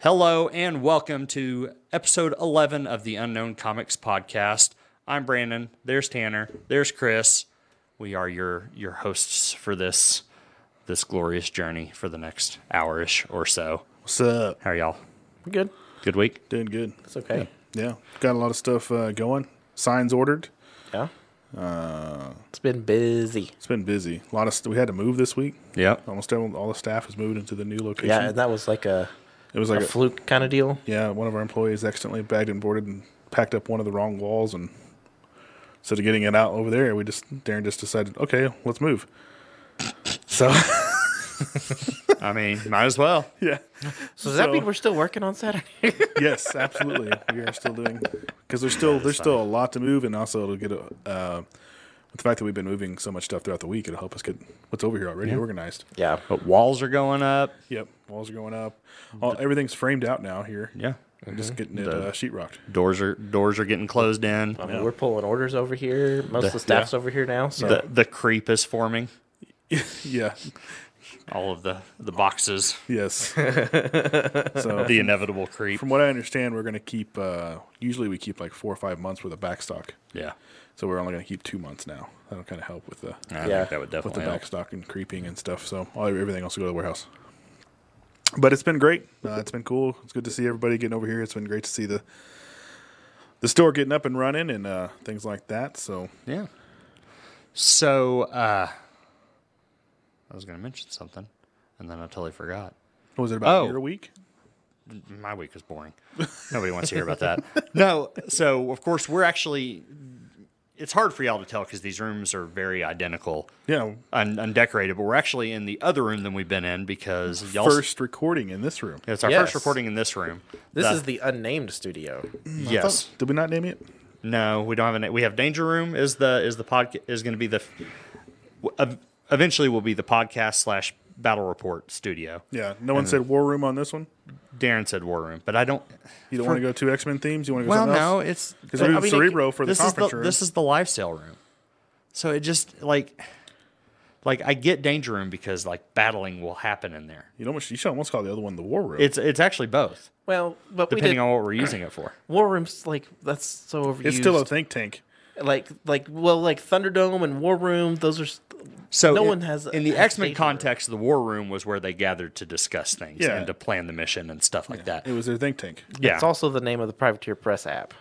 Hello and welcome to episode 11 of the Unknown Comics podcast. I'm Brandon, there's Tanner, there's Chris. We are your your hosts for this this glorious journey for the next hour-ish or so. What's up? How are y'all? Good. Good week? uh, Doing good. It's okay. Yeah, got a lot of stuff uh, going. Signs ordered. Yeah. Uh, it's been busy. It's been busy. A lot of st- we had to move this week. Yep. Almost everyone, all the staff has moved into the new location. Yeah, and that was like a, it was a like a- fluke kind of deal. yeah, one of our employees accidentally bagged and boarded and packed up one of the wrong walls, and instead of getting it out over there, we just Darren just decided, okay, let's move. So I mean, might as well. yeah, So does that So- mean we're still working on Saturday? yes, absolutely. We are still doing because there's still there's still a lot to move, and also it'll get a. Uh, with the fact that we've been moving so much stuff throughout the week, it'll help us get what's over here already organized. yeah. But walls are going up. Yep, walls are going up. All, everything's framed out now here. Mm-hmm. Yeah. Mm-hmm. We're just getting it uh, sheetrocked. Doors are doors are getting closed in. I mean, we're pulling orders over here. Most of the staff's over here now. So The the creep is forming. Yeah. All of the the boxes. Yes. so The inevitable creep. from what I understand, we're going to keep. Uh, usually, we keep like four or five months worth of back stock. Yeah. So we're only going to keep two months now. That'll kind of help with the I Yeah. think that would with the definitely help. back stock and creeping and stuff. So all everything else will go to the warehouse. But it's been great. Uh, it's been cool. It's good to see everybody getting over here. It's been great to see the the store getting up and running and uh, things like that. So Yeah. So uh I was gonna mention something and then I totally forgot. what was it about Oh. your week? My week was boring. Nobody wants to hear about that. No, so of course we're actually it's hard for y'all to tell because these rooms are very identical, Yeah, un- undecorated. But we're actually in the other room than we've been in because y'all first recording in this room. It's our first Yes. recording in this room. this The- is the unnamed studio. yes. Did we not name it? No, we don't have a name. We have Danger Room is the is the podcast is going to be the w- ev- eventually will be the podcast slash battle report studio. Yeah. No one said War Room on this one. Darren said War Room, but I don't. You don't want to go to X Men themes. You want to go Well, something no, else? it's 'Cause we I have mean, Cerebro for the this conference is the, room. This is the live sale room, so it just like like I get Danger Room because like battling will happen in there. You almost you should almost call the other one the War Room. It's it's actually both Well, but we depending did on what we're using it for. war rooms like that's so overused. it's still a think tank. like like well like Thunderdome and War Room. Those are s- So No in- one has a- in the has X Men Danger Room. context. The War Room was where they gathered to discuss things Yeah. and to plan the mission and stuff like that. It was their think tank. yeah, it's also the name of the Privateer Press app.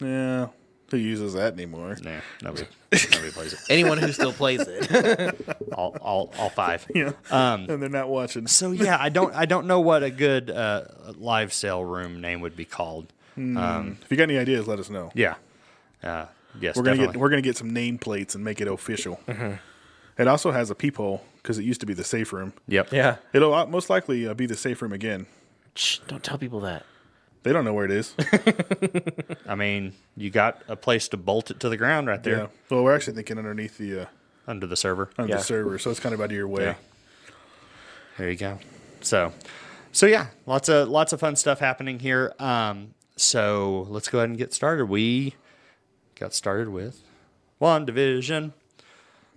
Yeah. Who uses that anymore? Nah, nobody, nobody plays it. Anyone who still plays it. All, all, all five. Yeah. Um, and they're not watching. So yeah, I don't, I don't know what a good uh, live sale room name would be called. If you got any ideas, let us know. Yeah. Uh, yes, we're gonna definitely. get we're gonna get some nameplates and make it official. It also has a peephole because it used to be the safe room. yep. yeah. It'll uh, most likely uh, be the safe room again. Shh, don't tell people that. They don't know where it is. I mean, you got a place to bolt it to the ground right there yeah. Well, we're actually thinking underneath the uh, under the server. under Yeah. the server, so it's kind of out of your way. Yeah. There you go. So, so yeah, lots of lots of fun stuff happening here. Um, so let's go ahead and get started. We got started with one division.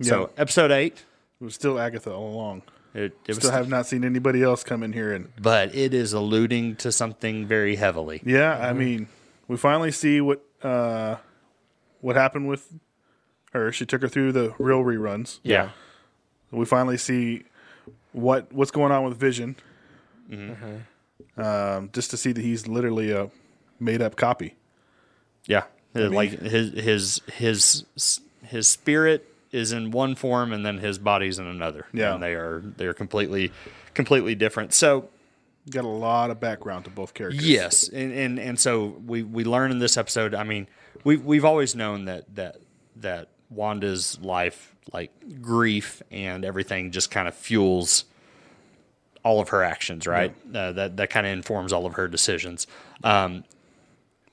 So episode eight. It was still Agatha all along. It, it was Still have not seen anybody else come in here and but it is alluding to something very heavily. Yeah, I mean, we finally see what uh, what happened with her. She took her through the real reruns. Yeah. We finally see what what's going on with Vision. Um, just to see that he's literally a made up copy. Yeah. Uh, like his his his his spirit is in one form and then his body's in another. Yeah. And they are they're completely completely different. So Got a lot of background to both characters. yes, and, and and so we we learn in this episode, I mean, we we've always known that that that Wanda's life like grief and everything just kind of fuels all of her actions, right? Uh, that that kind of informs all of her decisions. Um,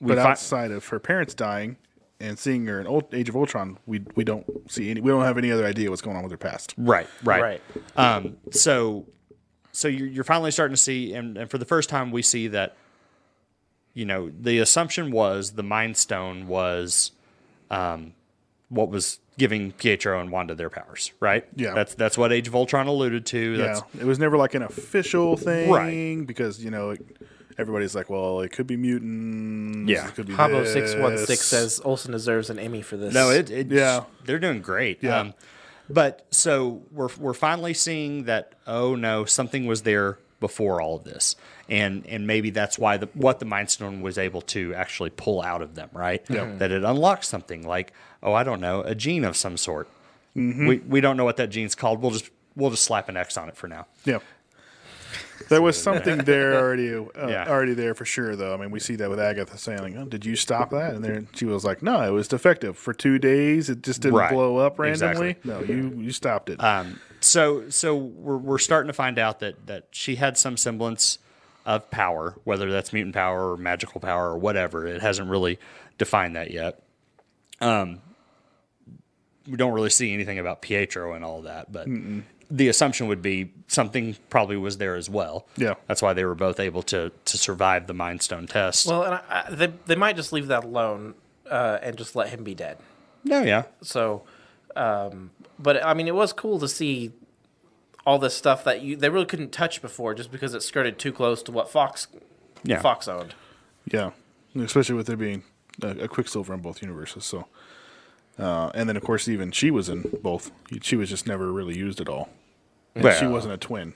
we but fi- outside of her parents dying and seeing her in old Age of Ultron, we we don't see any. We don't have any other idea what's going on with her past. Right, right, Right. Um, so, so you're, you're finally starting to see, and, and for the first time, we see that, you know, the assumption was the Mind Stone was, um, what was giving Pietro and Wanda their powers, right? Yeah. That's that's what Age of Ultron alluded to. That's yeah, it was never like an official thing, Right. Because you know, it, everybody's like, well, it could be mutants. Yeah. it could be Pablo six one six this. says Olsen deserves an Emmy for this. No, it, it Yeah. they're doing great. Yeah. Um, but so we're we're finally seeing that oh no, something was there before all of this. And and maybe that's why the what the Mind Stone was able to actually pull out of them, right? That it unlocks something like, oh, I don't know, a gene of some sort. Mm-hmm. We we don't know what that gene's called. We'll just we'll just slap an X on it for now. Yeah. There was something there already, uh, Yeah. already there for sure. Though I mean, we see that with Agatha saying, like, oh, "Did you stop that?" And then she was like, "No, it was defective for two days. It just didn't Right. blow up randomly. Exactly. No, you you stopped it." Um, so so we're, we're starting to find out that that she had some semblance of power, whether that's mutant power or magical power or whatever. It hasn't really defined that yet. Um, we don't really see anything about Pietro and all that, but the assumption would be something probably was there as well. Yeah. that's why they were both able to to survive the Mind Stone test. Well, and I, I, they they might just leave that alone uh, and just let him be dead. no, Oh, yeah, So, um, but I mean, it was cool to see all this stuff that you they really couldn't touch before, just because it skirted too close to what Fox yeah, Fox owned. Yeah, especially with there being a, a Quicksilver in both universes. So, uh, and then of course, even she was in both. She was just never really used at all. And she Well. wasn't a twin.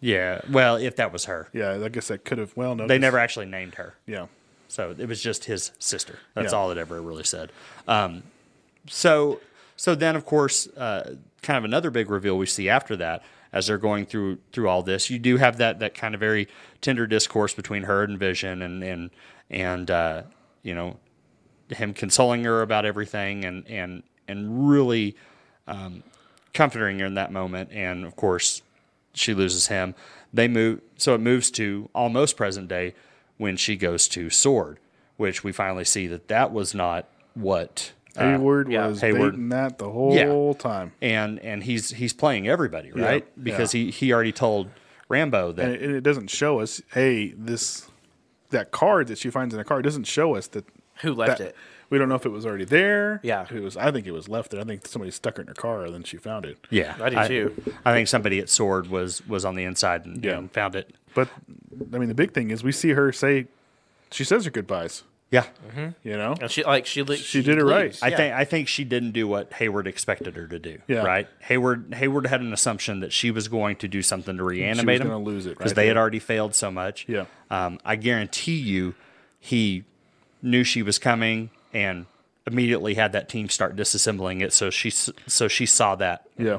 yeah. Well, if that was her, Yeah, I guess that could have. Well, no, they 'cause- never actually named her. Yeah, So it was just his sister. That's Yeah. all it ever really said. Um, so, so then of course, uh, kind of another big reveal we see after that, as they're going through through all this, you do have that that kind of very tender discourse between her and Vision, and and and uh, you know, him consoling her about everything, and and and really um, comforting her in that moment. And of course, she loses him. They move, so it moves to almost present day when she goes to Sword, which we finally see that that was not what. uh, Hayward yeah, was Hayward. dating that the whole time. and and he's he's playing everybody right Yeah. because he he already told Rambo that and it, and it doesn't show us hey this that card that she finds in the car doesn't show us that Who left that- it? we don't know if it was already there Yeah. if it was i think it was left there i think somebody stuck it in her car and then she found it yeah I do too. I think somebody at Sword was was on the inside and, Yeah. and found it but i mean the big thing is we see her say she says her goodbyes yeah you know And she like she li- She did it leaves, I right. yeah. think I think she didn't do what Hayward expected her to do. Yeah. Right. Hayward Hayward had an assumption that she was going to do something to reanimate him. gonna lose it because right they had there. already failed so much. Yeah. Um, I guarantee you, he knew she was coming and immediately had that team start disassembling it. So she s- so she saw that. yeah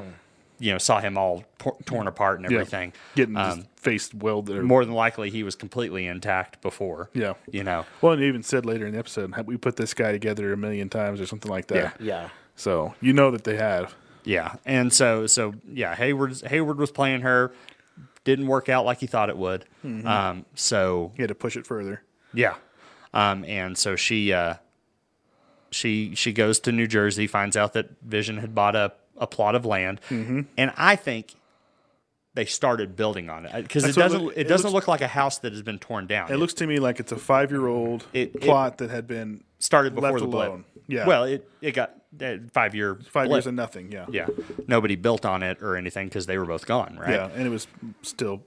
You know, saw him all tor- torn apart and yeah everything. getting Um, his face welded or, more than likely, he was completely intact before. Yeah. You know. well and he even said later in the episode "Have we put this guy together a million times or something like that yeah. so you know that they have Yeah, and so so yeah, Hayward Hayward was playing her, didn't work out like he thought it would. Mm-hmm. Um, so he had to push it further yeah, um, and so she uh, she she goes to New Jersey, finds out that Vision had bought a a plot of land, Mm-hmm. and I think they started building on it because it That's what it doesn't look- it, it doesn't looks- look like a house that has been torn down. it looks to me like it's a five-year-old It- it- plot that had been started before left the blip. alone. Yeah. Well, it it got uh, five year five blip. years of nothing. Yeah. yeah, nobody built on it or anything because they were both gone, right? Yeah, and it was still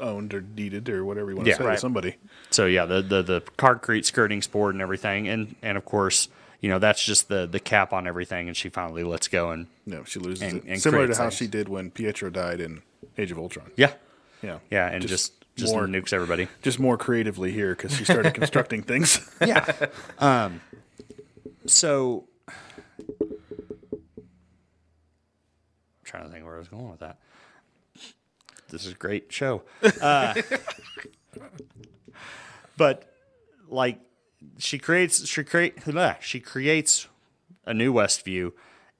owned or deeded or whatever you want to Yeah, say right. to somebody. So yeah, the the the concrete skirting sport and everything, and and of course, you know that's just the the cap on everything, and she finally lets go and No, she loses And- it. and Similar to creates how things. she did when Pietro died in Age of Ultron. yeah, Yeah. yeah, and just just, more, nukes everybody. just more creatively here because she started constructing things. Yeah. um. So. trying to think where I was going with that. This is a great show. Uh, but like she creates she create bleh, she creates a new Westview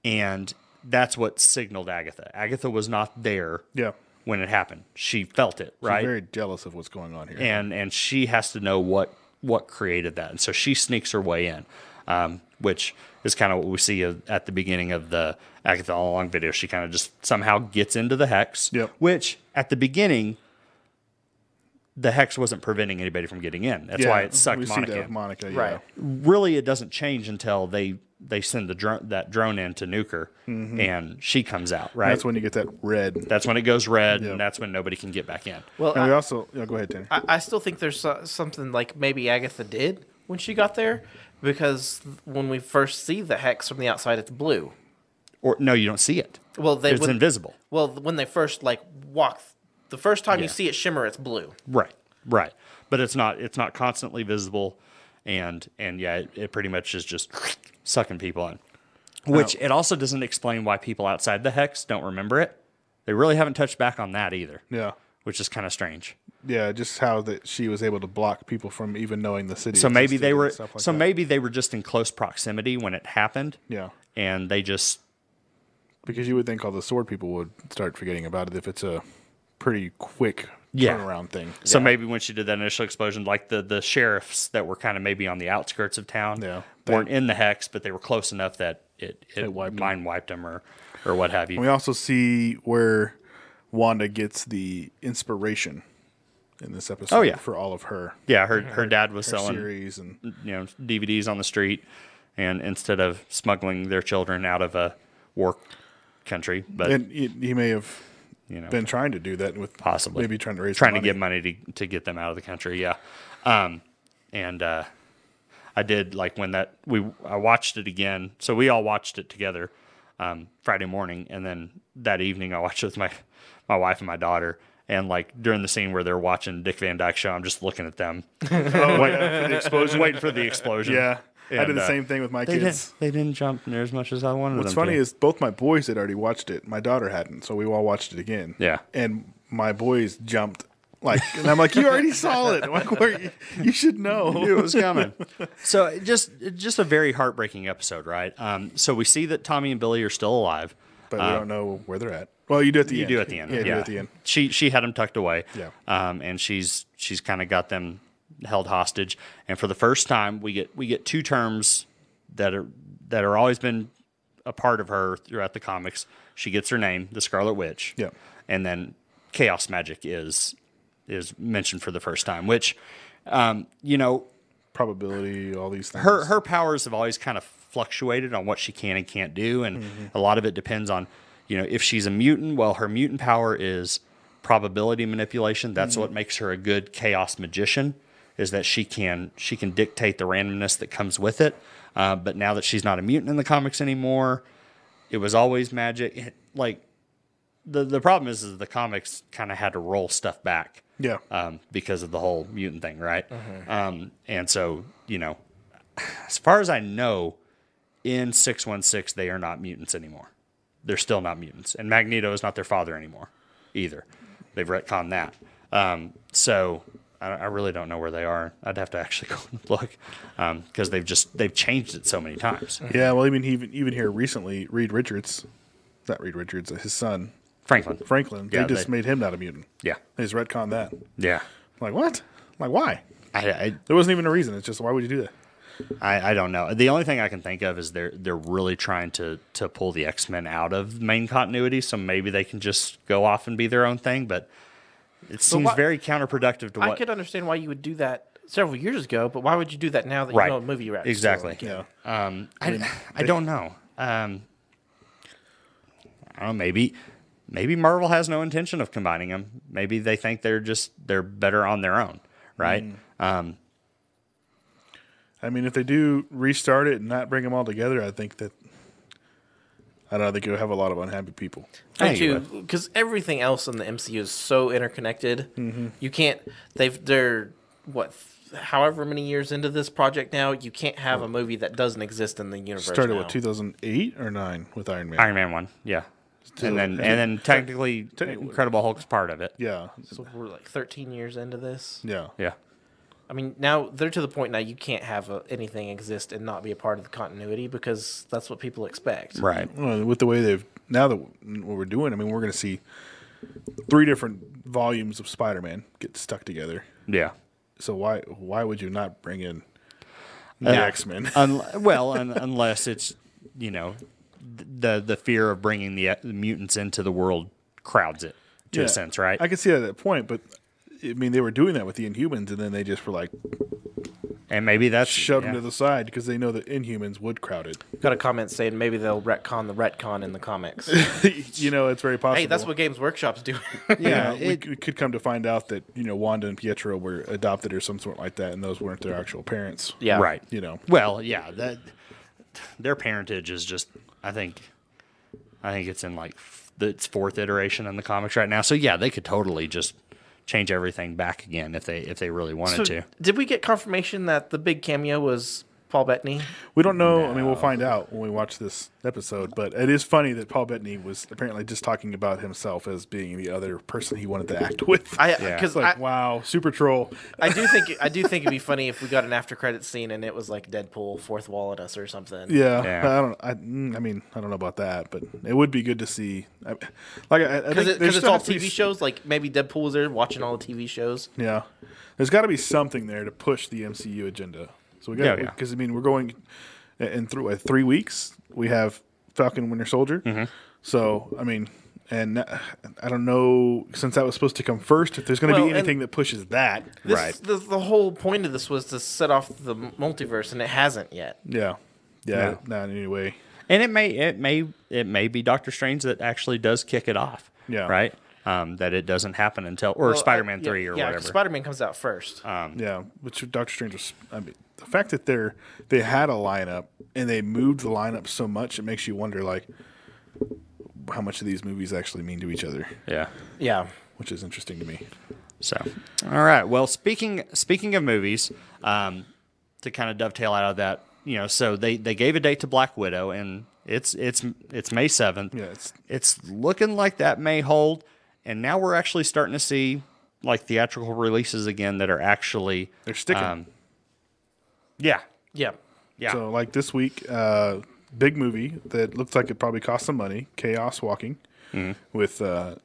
and that's what signaled Agatha. Agatha was not there yeah. when it happened. She felt it, right? Very jealous of what's going on here. and and she has to know what what created that, and so she sneaks her way in, um, which is kind of what we see a- at the beginning of the Agatha All Along video. She kind of just somehow gets into the hex, Yep. which at the beginning the hex wasn't preventing anybody from getting in. That's Yeah, why it sucked we Monica. See that in. Monica, yeah. Right. really, it doesn't change until they they send the drone that drone in to nuke her, and she comes out. Right. Mm-hmm. That's when you get that red. That's when it goes red, Yeah. and that's when nobody can get back in. Well, and we also yeah, go ahead, Danny. I, I still think there's so- something like maybe Agatha did when she got there, because when we first see the hex from the outside, it's blue. Or no, you don't see it. Well, they it's when, invisible. Well, when they first like walk, the first time you Yeah. see it shimmer, it's blue. Right. Right. But it's not it's not constantly visible, and and yeah, it, it pretty much is just sucking people in. Which Oh. it also doesn't explain why people outside the hex don't remember it. They really haven't touched back on that either, yeah, which is kind of strange. yeah. Just how that she was able to block people from even knowing the city. So maybe existed they and were stuff like so that. maybe they were just in close proximity when it happened, yeah, and they just because you would think all the sword people would start forgetting about it if it's a pretty quick Yeah. turnaround thing. So maybe when she did that initial explosion, like the the sheriffs that were kind of maybe on the outskirts of town, Yeah. weren't in the hex, but they were close enough that it, it, wiped 'em. mind wiped them or or what have you. We also see where Wanda gets the inspiration in this episode. Oh, yeah. for all of her yeah, her her dad was selling series and you know DVDs on the street, and instead of smuggling their children out of a war country, but and he, he may have you know been trying to do that with possibly maybe trying to raise trying to money. get money to, to get them out of the country. Yeah, um, and uh, I did like when that we I watched it again. So we all watched it together um, Friday morning, and then that evening I watched it with my my wife and my daughter. And like during the scene where they're watching Dick Van Dyke show, I'm just looking at them, wait- Oh, for the explosion. waiting for the explosion. Yeah, I did And, the uh, same thing with my They kids. didn't, they didn't jump near as much as I wanted What's them funny to. is both my boys had already watched it. My daughter hadn't, so we all watched it again. Yeah. and my boys jumped like, and I'm like, "You already saw it. Like, where, you, you should know." it was coming. so it just it just a very heartbreaking episode, right? Um, so we see that Tommy and Billy are still alive. But we don't know where they're at. Well, you do at uh, the You end. do at the end. Yeah, Yeah, you do at the end. She she had them tucked away. Yeah. Um, and she's she's kind of got them held hostage. And for the first time, we get we get two terms that are that are always been a part of her throughout the comics. She gets her name, the Scarlet Witch. Yeah. And then chaos magic is is mentioned for the first time, which um, you know, Probability, all these things. her her powers have always kind of fluctuated on what she can and can't do, and a lot of it depends on you know if she's a mutant. Well, her mutant power is probability manipulation. That's what makes her a good chaos magician. Is that she can she can dictate the randomness that comes with it. Uh, but now that she's not a mutant in the comics anymore, it was always magic. It- like the the problem is, is the comics kind of had to roll stuff back yeah, um, because of the whole mutant thing, right? Um, and so, you know, as far as I know, in 616, they are not mutants anymore. They're still not mutants. And Magneto is not their father anymore either. They've retconned that. Um, so I, I really don't know where they are. I'd have to actually go and look because they've just they've changed it so many times. yeah. Well, I mean, even even here recently, Reed Richards, not Reed Richards, uh, his son Franklin. Franklin, Yeah, they just they- made him not a mutant. Yeah. They just retconned that. Yeah. like what? like why? I, I, There wasn't even a reason. It's just why would you do that? I, I don't know. The only thing I can think of is they're they're really trying to to pull the X Men out of main continuity, so maybe they can just go off and be their own thing. But it seems why- very counterproductive to I what could understand why you would do that several years ago, but why would you do that now that right you know a movie you're at? exactly. Yeah. Um, I, I don't know. Um, I don't know. Maybe maybe Marvel has no intention of combining them. Maybe they think they're just they're better on their own, right? Mm. Um, I mean, if they do restart it and not bring them all together, I think that I don't think you'll have a lot of unhappy people. I Me think you too, because everything else in the MCU is so interconnected. Mm-hmm. You can't. They've they're what, however many years into this project now. You can't have a movie that doesn't exist in the universe. Started now. with 2008 or nine with Iron Man. Iron Man one, yeah. And then, and then technically, Incredible Hulk's part of it. yeah, So we're like 13 years into this. yeah, Yeah. I mean, now they're to the point now you can't have uh anything exist and not be a part of the continuity because that's what people expect. Right. Well, with the way they've now that what we're doing, I mean, we're going to see three different volumes of Spider-Man get stuck together. Yeah. So why why would you not bring in the Yeah. X-Men? Un- well, un- unless it's you know th- the the fear of bringing the, the mutants into the world crowds it to Yeah. a sense, right? I can see that at that point, but I mean, they were doing that with the Inhumans, and then they just were like and maybe that's shoved yeah. them to the side because they know that Inhumans would crowd it. Got a comment saying maybe they'll retcon the retcon in the comics. you know, it's very possible. hey, that's what Games Workshop's doing. Yeah, Yeah, it- we, we could come to find out that you know Wanda and Pietro were adopted or some sort like that, and those weren't their actual parents. yeah. right. you know. Well, yeah, that their parentage is just. I think, I think it's in like f- the, its fourth iteration in the comics right now. So yeah, they could totally just change everything back again if they if they really So, wanted to. did we get confirmation that the big cameo was Paul Bettany? We don't know. I mean, we'll find out when we watch this episode. But it is funny that Paul Bettany was apparently just talking about himself as being the other person he wanted to act with. I Yeah. because it's like, I, wow, super troll. I do think I do think it'd be funny if we got an after credit scene and it was like Deadpool fourth wall at us or something. Yeah, Yeah. I don't. I, mm, I mean, I don't know about that, but it would be good to see. I, like, I, I think Because there's it's still all has to be TV s- shows. Like maybe Deadpool was there watching all the TV shows. Yeah, there's got to be something there to push the MCU agenda. So we got Yeah, yeah. because I mean we're going in- in through uh, three weeks. We have Falcon Winter Soldier. So I mean, and uh, I don't know since that was supposed to come first. If there's going to Well, be and- anything that pushes that, This, Right. The, the whole point of this was to set off the multiverse, and it hasn't yet. yeah, yeah, not in any way. And it may it may it may be Doctor Strange that actually does kick it off. Yeah. Right. Um, that it doesn't happen until or uh, Spider Man three or whatever. Uh, Spider Man comes out first. Yeah, which Doctor Strange was. I mean, the fact that they're they had a lineup and they moved the lineup so much, it makes you wonder like how much of these movies actually mean to each other, yeah. yeah. which is interesting to me. So, all right. Well, speaking speaking of movies, um, to kind of dovetail out of that, you know, so they they gave a date to Black Widow, and it's it's it's May seventh. Yeah, it's It's looking like that may hold, and now we're actually starting to see like theatrical releases again that are actually um, They're sticking. yeah Yeah. yeah So like this week, uh, big movie that looks like it probably cost some money. Chaos Walking with uh,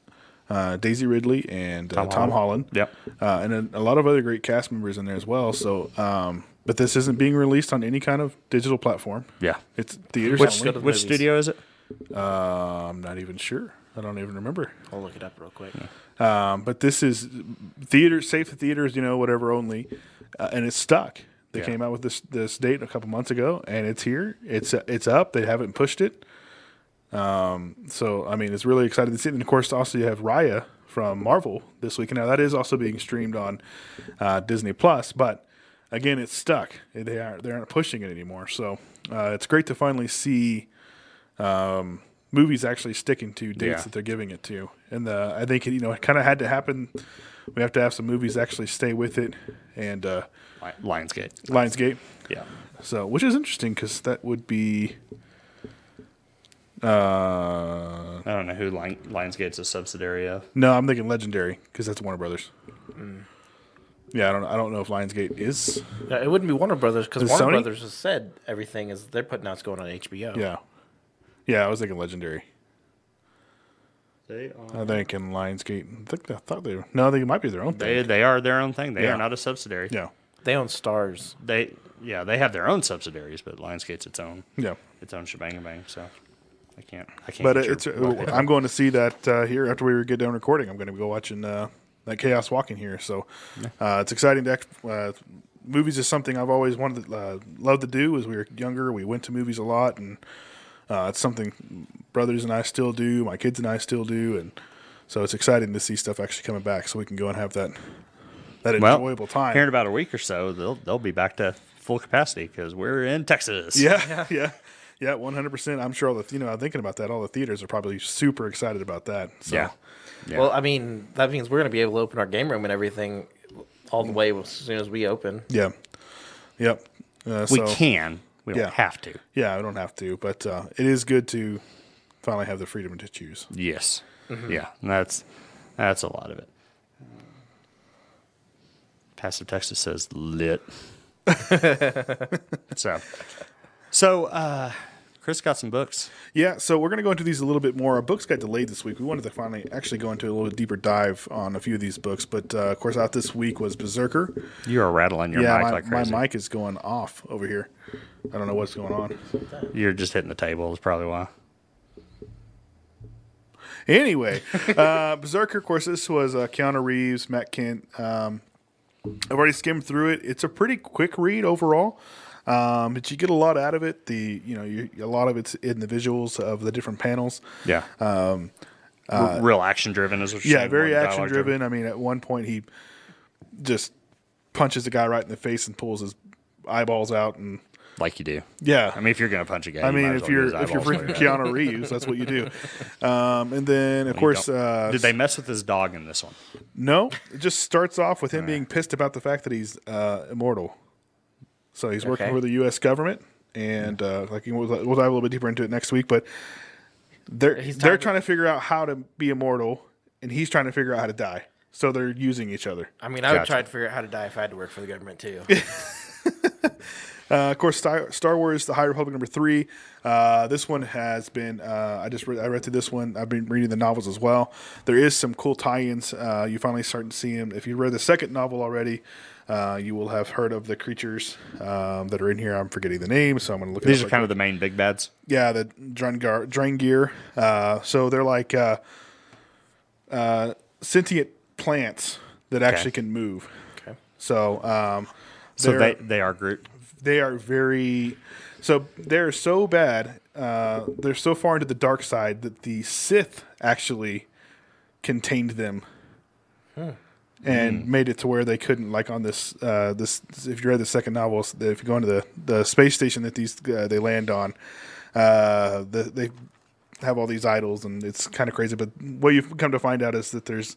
uh, Daisy Ridley and uh, Tom, Holland. Yep. uh, and a, a lot of other great cast members in there as well. So, um, but this isn't being released on any kind of digital platform. yeah. It's theaters Which- only. the Which movies. studio is it? Uh, I'm not even sure. I don't even remember. I'll look it up real quick. Um, but this is theater safe to theaters, you know, whatever only, uh, and it's stuck. They Yeah. came out with this this date a couple months ago, and it's here. It's uh, it's up. They haven't pushed it. Um, so I mean, it's really exciting to see. it. And of course, also you have Raya from Marvel this week. Now that is also being streamed on uh, Disney Plus, but again, it's stuck. They are they aren't pushing it anymore. So uh, it's great to finally see um, movies actually sticking to dates Yeah. that they're giving it to. And the I think you know it kind of had to happen. We have to have some movies actually stay with it, and uh, Li- Lionsgate. Lionsgate. Yeah. So which is interesting because that would be. Uh, I don't know who Lion- Lionsgate's a subsidiary of. no, I'm thinking Legendary because that's Warner Brothers. Yeah, I don't. I don't know if Lionsgate is. No, it wouldn't be Warner Brothers because Is Warner Sony? Brothers has said everything is they're putting out's going on HBO. Yeah, yeah, I was thinking Legendary. They are. I think in Lionsgate. I think I thought they. Were, no, I think it might be their own thing. They, they are their own thing. They Yeah. are not a subsidiary. yeah, They own Stars. They yeah, they have their own subsidiaries, but Lionsgate's its own yeah. its own shebang bang. So I can't I can't. But get it- your it's uh, bucket. I'm going to see that uh, here after we get done recording. I'm going to go watching uh, that Chaos Walking here. So uh, it's exciting to act, uh, movies is something I've always wanted to uh, love to do. As we were younger, we went to movies a lot, and uh, it's something brothers and I still do. My kids and I still do, and so it's exciting to see stuff actually coming back, so we can go and have that that well, enjoyable time. Here in about a week or so, they'll they'll be back to full capacity because we're in Texas. Yeah, yeah, yeah, one hundred percent. I'm sure all the you know I'm thinking about that. All the theaters are probably super excited about that. So. yeah, Yeah. Well, I mean that means we're gonna be able to open our game room and everything all the way as soon as we open. Yeah. Yep. Uh, we so, can. We Yeah. don't have to. Yeah, I don't have to, but uh, it is good to finally have the freedom to choose. Yes. Mm-hmm. Yeah, and that's that's a lot of it. Passive Texas says lit. so, so uh, Chris got some books. Yeah, so we're going to go into these a little bit more. Our books got delayed this week. We wanted to finally actually go into a little deeper dive on a few of these books, but uh, of course, out this week was Berserker. You are rattling your yeah, mic my, like my crazy. mic is going off over here. I don't know what's going on. You're just hitting the table. Is probably why. Anyway, uh, Berserker, of course, this was uh, Keanu Reeves, Matt Kent. Um, I've already skimmed through it. It's a pretty quick read overall, um, but you get a lot out of it. The you know you, a lot of it's in the visuals of the different panels. Yeah. Um, real action driven is what you're uh, Yeah, saying, very more than action dialogue-driven. driven. I mean, at one point he just punches a guy right in the face and pulls his eyeballs out, and Like you do. yeah, I mean, if you're gonna punch a guy, I you might mean, as if well get his you're if you're eyeballs freaking out. Keanu Reeves, that's what you do. Um, and then of course, Don't- uh, did they mess with his dog in this one? no, it just starts off with him being pissed about the fact that he's uh, immortal. So he's working Okay. for the U.S. government, and uh, like we'll, we'll dive a little bit deeper into it next week. But they're He's they're trying trying to figure out how to be immortal, and he's trying to figure out how to die. So they're using each other. I mean, I would Gotcha. try to figure out how to die if I had to work for the government too. Uh, of course, Star, Star Wars: The High Republic number three. Uh, this one has been. Uh, I just read, I read through this one. I've been reading the novels as well. There is some cool tie-ins. Uh, you finally starting to see them. If you read the second novel already, uh, you will have heard of the creatures um, that are in here. I'm forgetting the name, so I'm going to look. it These up are kind of the main big bads. yeah, the Drengar, Drengear. Uh, so they're like uh, uh, sentient plants that actually can move. Okay. So, um, So they're- they they are Groot. they are very so they're so bad uh, they're so far into the dark side that the sith actually contained them Hmm. and made it to where they couldn't like on this uh, this if you read the second novel s- if you go into the, the space station that these uh, they land on uh, the, they have all these idols and it's kind of crazy but what you've come to find out is that there's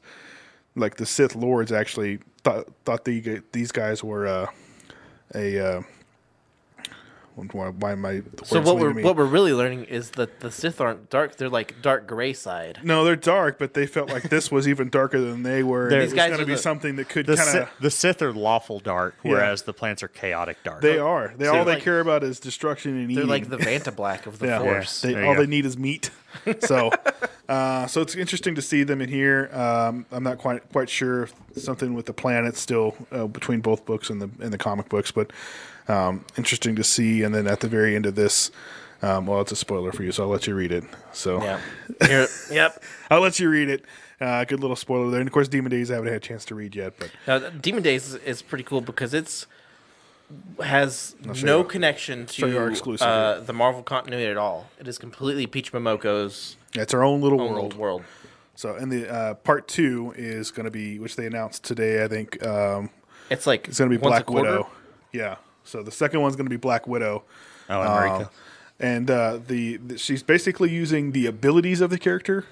like the sith lords actually thought thought the, these guys were uh, a uh, why, why am I the so words what leaving we're me? what we're really learning is that the Sith aren't dark; they're like dark gray side. no, they're dark, but they felt like this was even darker than they were. and They're- It These was guys going to are be the- something that could The, kind Sith, of. the Sith are lawful dark, whereas the plants are chaotic dark. They are. They all they like- care about is destruction and eating. They're like the Vanta Black of the Mm. yeah. Force. They, There you all go. they need is meat. So, uh, so it's interesting to see them in here. Um, I'm not quite quite sure if something with the planets still uh, between both books and the and the comic books, but um, interesting to see. And then at the very end of this, um, well, it's a spoiler for you, so I'll let you read it. So Yeah. Here- yep. I'll let you read it. Uh, good little spoiler there. And of course, Demon Days I haven't had a chance to read yet, but Now, Demon Days is, is pretty cool because it's has show no you- connection to you our exclusive uh, the Marvel continuity at all. It is completely Peach Momoko's it's our own little own world. world. world. So, and the uh, part two is going to be, which they announced today, I think. Um, It's like it's going to be once a Black quarter. Widow. Yeah. So the second one's going to be Black Widow. Oh, America. Um, and uh, the, the she's basically using the abilities of the character.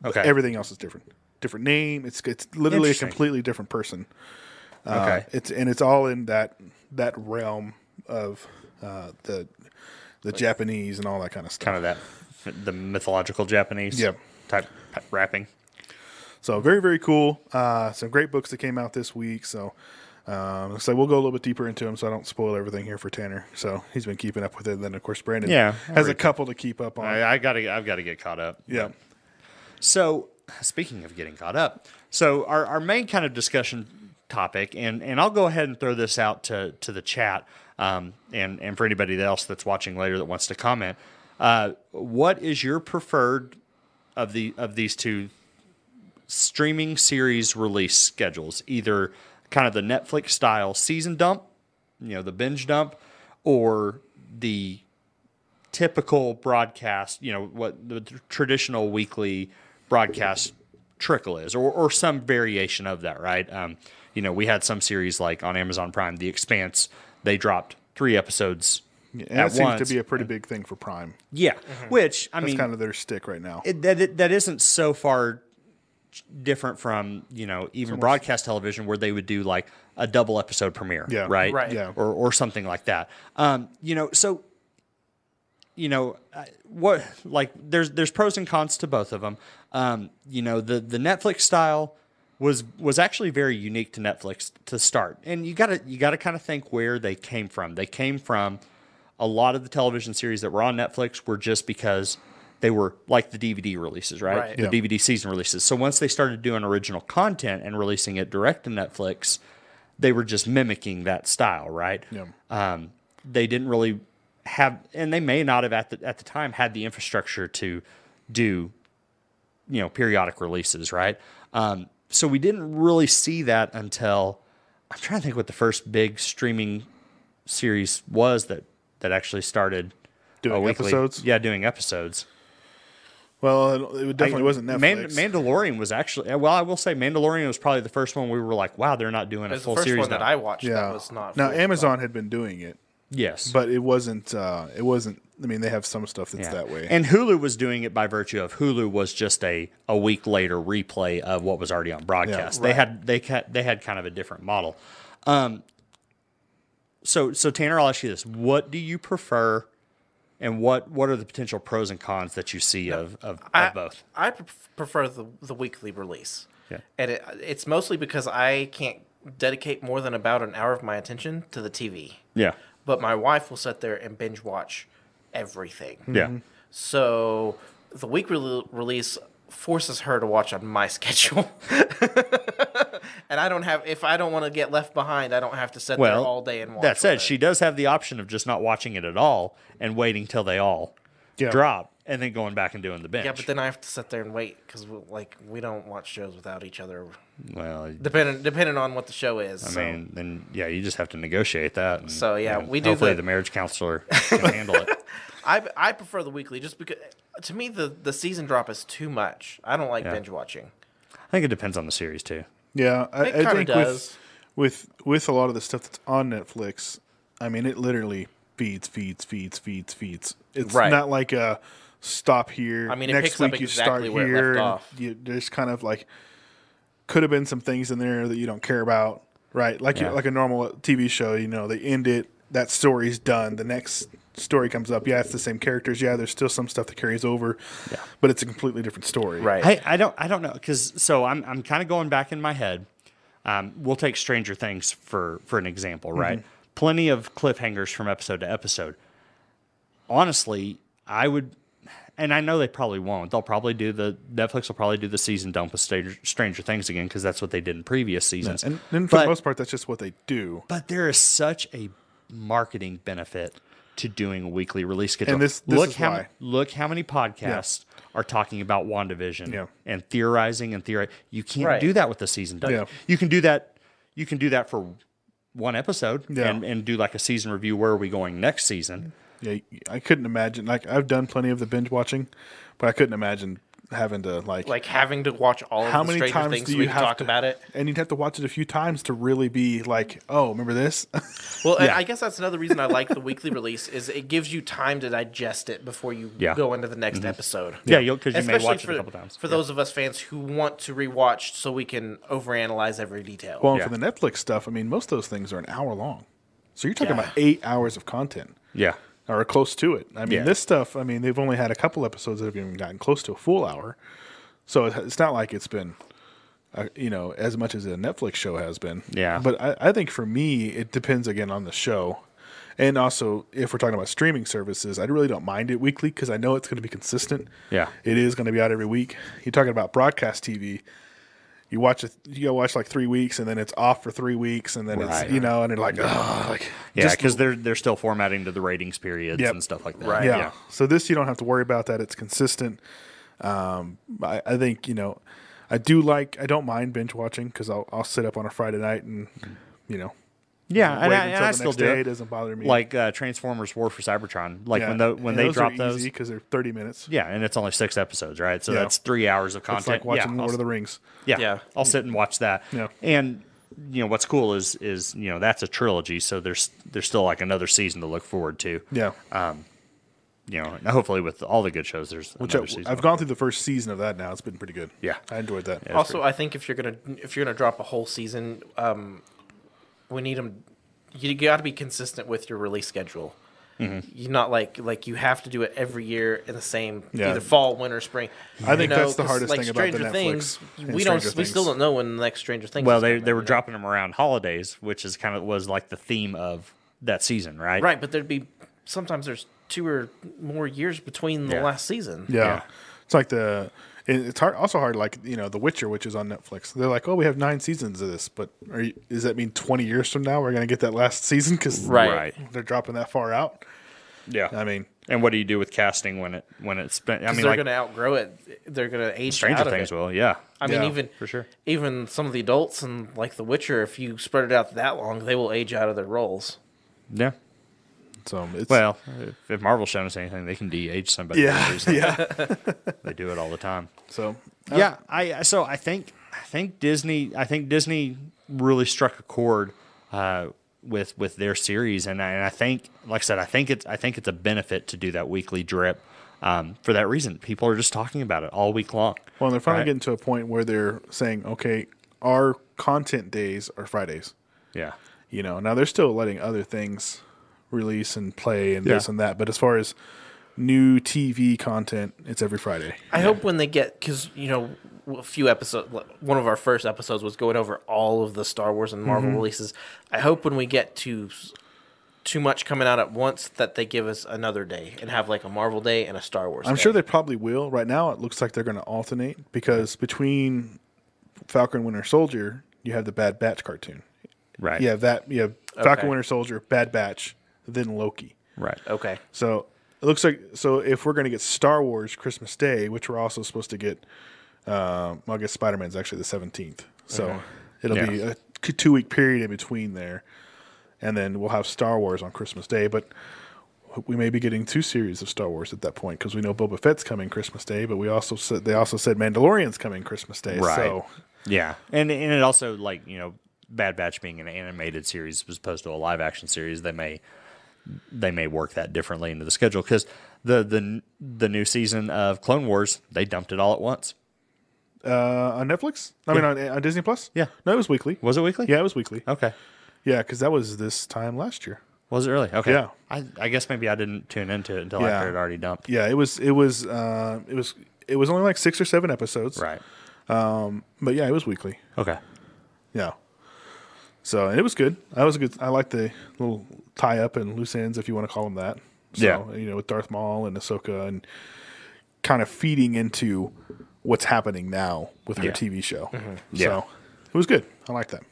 but Okay. Everything else is different. Different name. It's it's literally a Interesting. completely different person. Uh, okay. It's and it's all in that that realm of uh, the the Japanese and all that kind of stuff. kind of that the mythological Japanese Yep. type p- wrapping. So very very cool. Uh, some great books that came out this week. So um, so we'll go a little bit deeper into them, so I don't spoil everything here for Tanner. So he's been keeping up with it. And then of course Brandon Yeah, I has a read couple to keep up on. I, I gotta I've gotta get caught up. yeah. So speaking of getting caught up, so our, our main kind of discussion topic, and, and I'll go ahead and throw this out to, to the chat, um, and, and for anybody else that's watching later that wants to comment, uh, what is your preferred of the of these two streaming series release schedules? Either kind of the Netflix style season dump, you know, the binge dump, or the typical broadcast, you know, what the tr- traditional weekly broadcast trickle is, or, or some variation of that, right? Um, you know, we had some series like on Amazon Prime, The Expanse, they dropped three episodes And at that seems once. to be a pretty big thing for Prime. yeah, which I That's mean, kind of their stick right now. it, that it, that isn't so far different from you know even broadcast television where they would do like a double episode premiere Yeah. right Right. Yeah. or or something like that um you know so you know I- what like there's there's pros and cons to both of them um you know the the netflix style was was actually very unique to netflix to start and you gotta you gotta kind of think where they came from they came from a lot of the television series that were on netflix were just because they were like the dvd releases right, Right. the Yeah. dvd season releases so once they started doing original content and releasing it direct to netflix they were just mimicking that style right Yeah. um, they didn't really have, and they may not have at the at the time had the infrastructure to do you know periodic releases, right? Um, so we didn't really see that until I'm trying to think what the first big streaming series was that that actually started Doing a weekly- episodes? Yeah, doing episodes. Well, it, it definitely I- wasn't Man- Netflix. Mandalorian was actually well. I will say Mandalorian was probably the first one we were like, wow, they're not doing a It's the full first series one now. that I watched yeah. that was not. now full. Amazon had been doing it, yes, but it wasn't. Uh, it wasn't. I mean, they have some stuff that's Yeah. that way. And Hulu was doing it by virtue of Hulu was just a, a week later replay of what was already on broadcast. They had they ca- they had kind of a different model. Um, so so Tanner, I'll ask you this: What do you prefer, and what what are the potential pros and cons that you see of of, I, of both? I pref- prefer the the weekly release. Yeah. And it, it's mostly because I can't dedicate more than about an hour of my attention to the TV. Yeah, But my wife will sit there and binge watch everything. yeah, So the weekly rel- release forces her to watch on my schedule. and I don't have if I don't want to get left behind, I don't have to sit Well, there all day and watch. That said, with her. she does have the option of just not watching it at all and waiting till they all Yeah. drop, and then going back and doing the bench. Yeah, but then I have to sit there and wait cuz like we don't watch shows without each other well, depending depending on what the show is. I so. mean, then yeah, you just have to negotiate that. and, So, yeah, you know, we do Hopefully, the- the marriage counselor can handle it. I, I prefer the weekly just because to me the, the season drop is too much. I don't like binge watching. I think it depends on the series too. yeah, I, It I kinda think does. with with with a lot of the stuff that's on Netflix, I mean, it literally feeds, feeds, feeds, feeds, feeds. It's Right. not like a stop here. I mean, it next picks up week you exactly start where it here. left and off. You, there's kind of like could have been some things in there that you don't care about, right? Like Yeah. you, like a normal TV show, you know, they end it, that story's done. The next story comes up. Yeah, it's the same characters. Yeah, there's still some stuff that carries over, yeah. but it's a completely different story. I, I don't I don't know because so I'm I'm kind of going back in my head. Um, we'll take Stranger Things for for an example, right? Mm-hmm. Plenty of cliffhangers from episode to episode. Honestly, I would, and I know they probably won't. They'll probably do the Netflix will probably do the season dump of Stranger, Stranger Things again because that's what they did in previous seasons. And, and for But- the most part, that's just what they do. but there is such a marketing benefit to doing a weekly release schedule. And this- this look is how why. look how many podcasts are talking about WandaVision Yeah. and theorizing and theorizing. You can't Right. do that with the season done. Yeah. You can do that. You can do that for one episode Yeah. and, and do like a season review. Where are we going next season? Yeah, I couldn't imagine. Like I've done plenty of the binge watching, but I couldn't imagine having to like. Like having to watch all of how the many Stranger times Things do so you we can have talk to- about it. and you'd have to watch it a few times to really be like, oh, remember this? Well, and I guess that's another reason I like the weekly release is it gives you time to digest it before you Yeah. Mm-hmm. go into the next episode. Yeah, you'll because you may Especially watch for, it a couple times. for those of us fans who want to rewatch so we can overanalyze every detail. well, and Yeah. for the Netflix stuff, I mean, most of those things are an hour long, so you're talking Yeah. about eight hours of content yeah, or close to it. I mean, Yeah. this stuff. I mean, they've only had a couple episodes that have even gotten close to a full hour, so it- it's not like it's been. Uh, you know, as much as a Netflix show has been. Yeah. But I, I think for me, it depends again on the show. And also, if we're talking about streaming services, I really don't mind it weekly because I know it's going to be consistent. Yeah. It is going to be out every week. You're talking about broadcast TV. You watch it, you gotta watch like three weeks, and then it's off for three weeks, and then Right. it's you know, and you're like, oh, like yeah, just- because they're they're still formatting to the ratings periods Yep. and stuff like that. Right. yeah. So this you don't have to worry about that. It's consistent. Um, I, I think you know, I do like. I don't mind binge watching because I'll I'll sit up on a Friday night and you know, yeah, and, wait I, and until I the still next do day. it. It doesn't bother me. like uh, Transformers War for Cybertron. Like when the when they drop those, because they're thirty minutes. Yeah, and it's only six episodes, right? So Yeah. that's three hours of content. It's like yeah, watching Lord I'll, of the Rings. yeah, Yeah. I'll sit and watch that. Yeah. And you know what's cool is is you know that's a trilogy, so there's there's still like another season to look forward to. Yeah, You know, and hopefully with all the good shows, there's which another I, season. I've gone through the first season of that now. It's been pretty good. Yeah. I enjoyed that. also, I think if you're gonna if you're gonna drop a whole season, um, we need them. You got to be consistent with your release schedule. Mm-hmm. You're not like like you have to do it every year in the same Yeah. either fall, winter, spring. I You think that's the 'cause, hardest thing about the Netflix Things, and we don't. Stranger We still Things. don't know when the next Stranger Things. well, is they coming, they were you know? dropping them around holidays, which is kind of was like the theme of that season, right? right, but there'd be sometimes there's two or more years between the Yeah. last season. Yeah. Yeah. It's like the it- it's hard, also hard like you know The Witcher, which is on Netflix. They're like, oh, we have nine seasons of this, but are you, does that mean twenty years from now we're gonna get that last season? Because Right. Right. they're dropping that far out. Yeah. I mean, And what do you do with casting when it when it's spent? I mean, they're like gonna outgrow it. They're gonna age Stranger out of Things it. will, yeah. I mean, Yeah, even for sure. even some of the adults and like The Witcher, if you spread it out that long, they will age out of their roles. Yeah. So it's Well, if, if Marvel's shown us anything, they can de-age somebody. for no yeah, reason. yeah. they do it all the time. So yeah, I I- so I think I think Disney I think Disney really struck a chord uh, with with their series, and I, and I think like I said, I think it's I think it's a benefit to do that weekly drip um, for that reason. People are just talking about it all week long. Well, they're finally Right. getting to a point where they're saying, okay, our content days are Fridays. Yeah, You know, now they're still letting other things release and play and this Yeah. and that, but as far as new TV content, it's every Friday. I hope when they get because you know a few episodes. One of our first episodes was going over all of the Star Wars and Marvel Mm-hmm. releases. I hope when we get to s- too much coming out at once that they give us another day and have like a Marvel day and a Star Wars. I'm sure they probably will. Right now, it looks like they're going to alternate because between Falcon Winter Soldier, you have the Bad Batch cartoon. right. You have that. You have Falcon Okay. Winter Soldier, Bad Batch, then Loki. right. Okay. So it looks like so if we're going to get Star Wars Christmas Day, which we're also supposed to get, um, well, I guess Spider Man's actually the seventeenth. So it'll be a two week period in between there, and then we'll have Star Wars on Christmas Day. But we may be getting two series of Star Wars at that point because we know Boba Fett's coming Christmas Day, but we also said they also said Mandalorian's coming Christmas Day. Right. So Yeah, and and it also like you know, Bad Batch being an animated series as opposed to a live action series, they may they may work that differently into the schedule because the the the new season of Clone Wars they dumped it all at once. uh, on Netflix, I mean on, on Disney Plus. Yeah. no, it was weekly. Was it weekly? Oh. Yeah, it was weekly. Okay. Yeah, because that was this time last year. Was it really? Okay. Yeah. I, I guess maybe I didn't tune into it until Yeah. after it already dumped. Yeah, it was it was uh, it was it was only like six or seven episodes. Right. But yeah, it was weekly. Okay. Yeah. So and it was good. That was a good. I like the little tie up and loose ends, if you want to call them that. So, Yeah. You know, with Darth Maul and Ahsoka, and kind of feeding into what's happening now with her Yeah. Mm-hmm. TV show. Yeah. So it was good. I like that.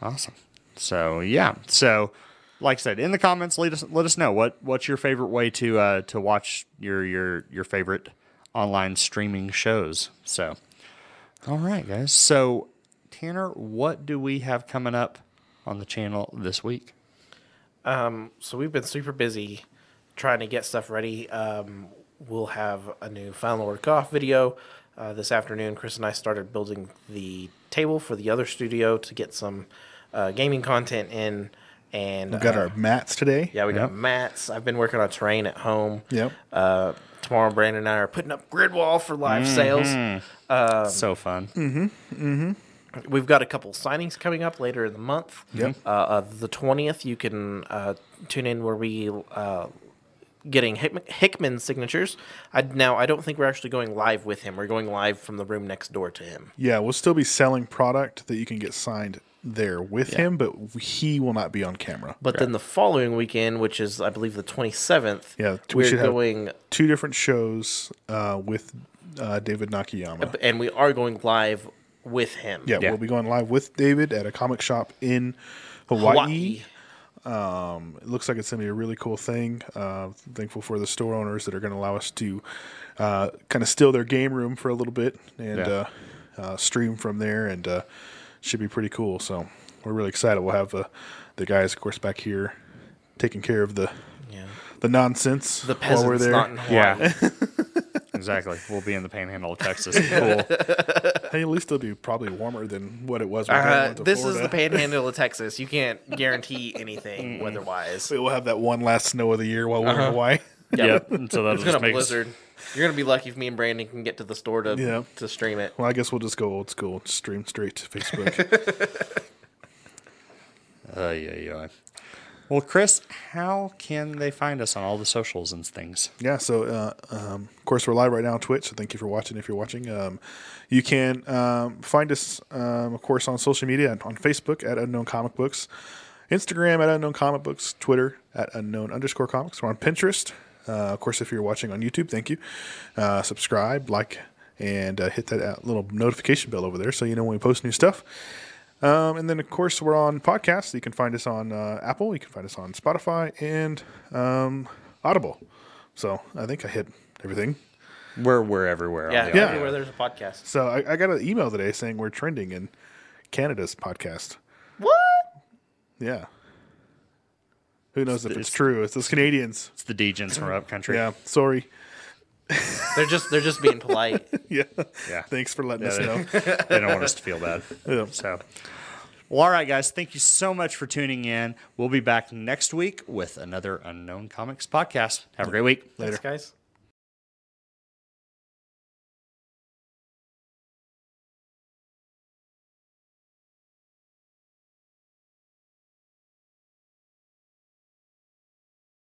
Awesome. So yeah. So like I said, in the comments, let us let us know what what's your favorite way to uh, to watch your your your favorite online streaming shows. So all right, guys. So Tanner, what do we have coming up on the channel this week? Um, so we've been super busy trying to get stuff ready. Um, we'll have a new final word off video uh, this afternoon. Chris and I started building the table for the other studio to get some uh, gaming content in. And We got uh, our mats today. yeah, we got Yeah. mats. I've been working on terrain at home. Yep. Uh, tomorrow, Brandon and I are putting up grid wall for live Mm-hmm. sales. Um, so fun. mm, We've got a couple signings coming up later in the month. Yep. Uh, uh, the twentieth, you can uh, tune in where we uh, getting Hickman, Hickman's signatures. I, now, I don't think we're actually going live with him. We're going live from the room next door to him. Yeah, we'll still be selling product that you can get signed there with him, but he will not be on camera. But then the following weekend, which is I believe the twenty seventh, Yeah, we we're should have- going two different shows uh, with uh, David Nakayama. and we are going live with him. Yeah, Yeah. we'll be going live with David at a comic shop in Hawaii. Hawaii. It looks like it's going to be a really cool thing. Uh, thankful for the store owners that are going to allow us to uh, kind of steal their game room for a little bit and Yeah. uh, uh, stream from there, and uh, should be pretty cool. So we're really excited. We'll have uh, the guys, of course, back here taking care of the Yeah. the nonsense The peasants while we're there. not in Hawaii. Yeah. exactly. We'll be in the panhandle of Texas. Cool. Hey, at least it'll be probably warmer than what it was. When I Uh, went to this is the Florida. panhandle of Texas. You can't guarantee anything weather wise. We'll have that one last snow of the year while we're in Hawaii. Yep. And so that'll It's just gonna make us- blizzard. You're gonna be lucky if me and Brandon can get to the store to Yeah. to stream it. Well, I guess we'll just go old school, stream straight to Facebook. Ay, ay, ay. Well, Chris, how can they find us on all the socials and things? yeah, so uh, um, of course we're live right now on Twitch. So thank you for watching. If you're watching, um, you can um, find us, um, of course, on social media on Facebook at Unknown Comic Books, Instagram at Unknown Comic Books, Twitter at Unknown underscore Comics. We're on Pinterest. Uh, of course, if you're watching on YouTube, thank you. Uh, subscribe, like, and uh, hit that uh, little notification bell over there so you know when we post new stuff. Um, and then, of course, we're on podcasts. You can find us on uh, Apple, you can find us on Spotify, and um, Audible. So I think I hit everything. We're we're everywhere. Yeah, on the Yeah. everywhere there's a podcast. So I, I got an email today saying we're trending in Canada's podcast. What? Yeah. Who knows if It's- it's true? It's those Canadians. It's the Dgens from up country. Yeah. Sorry. They're just they're just being polite. Yeah. Yeah. Thanks for letting us they, know. they don't want us to feel bad. Yeah. So, well, all right, guys. Thank you so much for tuning in. We'll be back next week with another Unknown Comics podcast. Have a great week. Thanks, guys.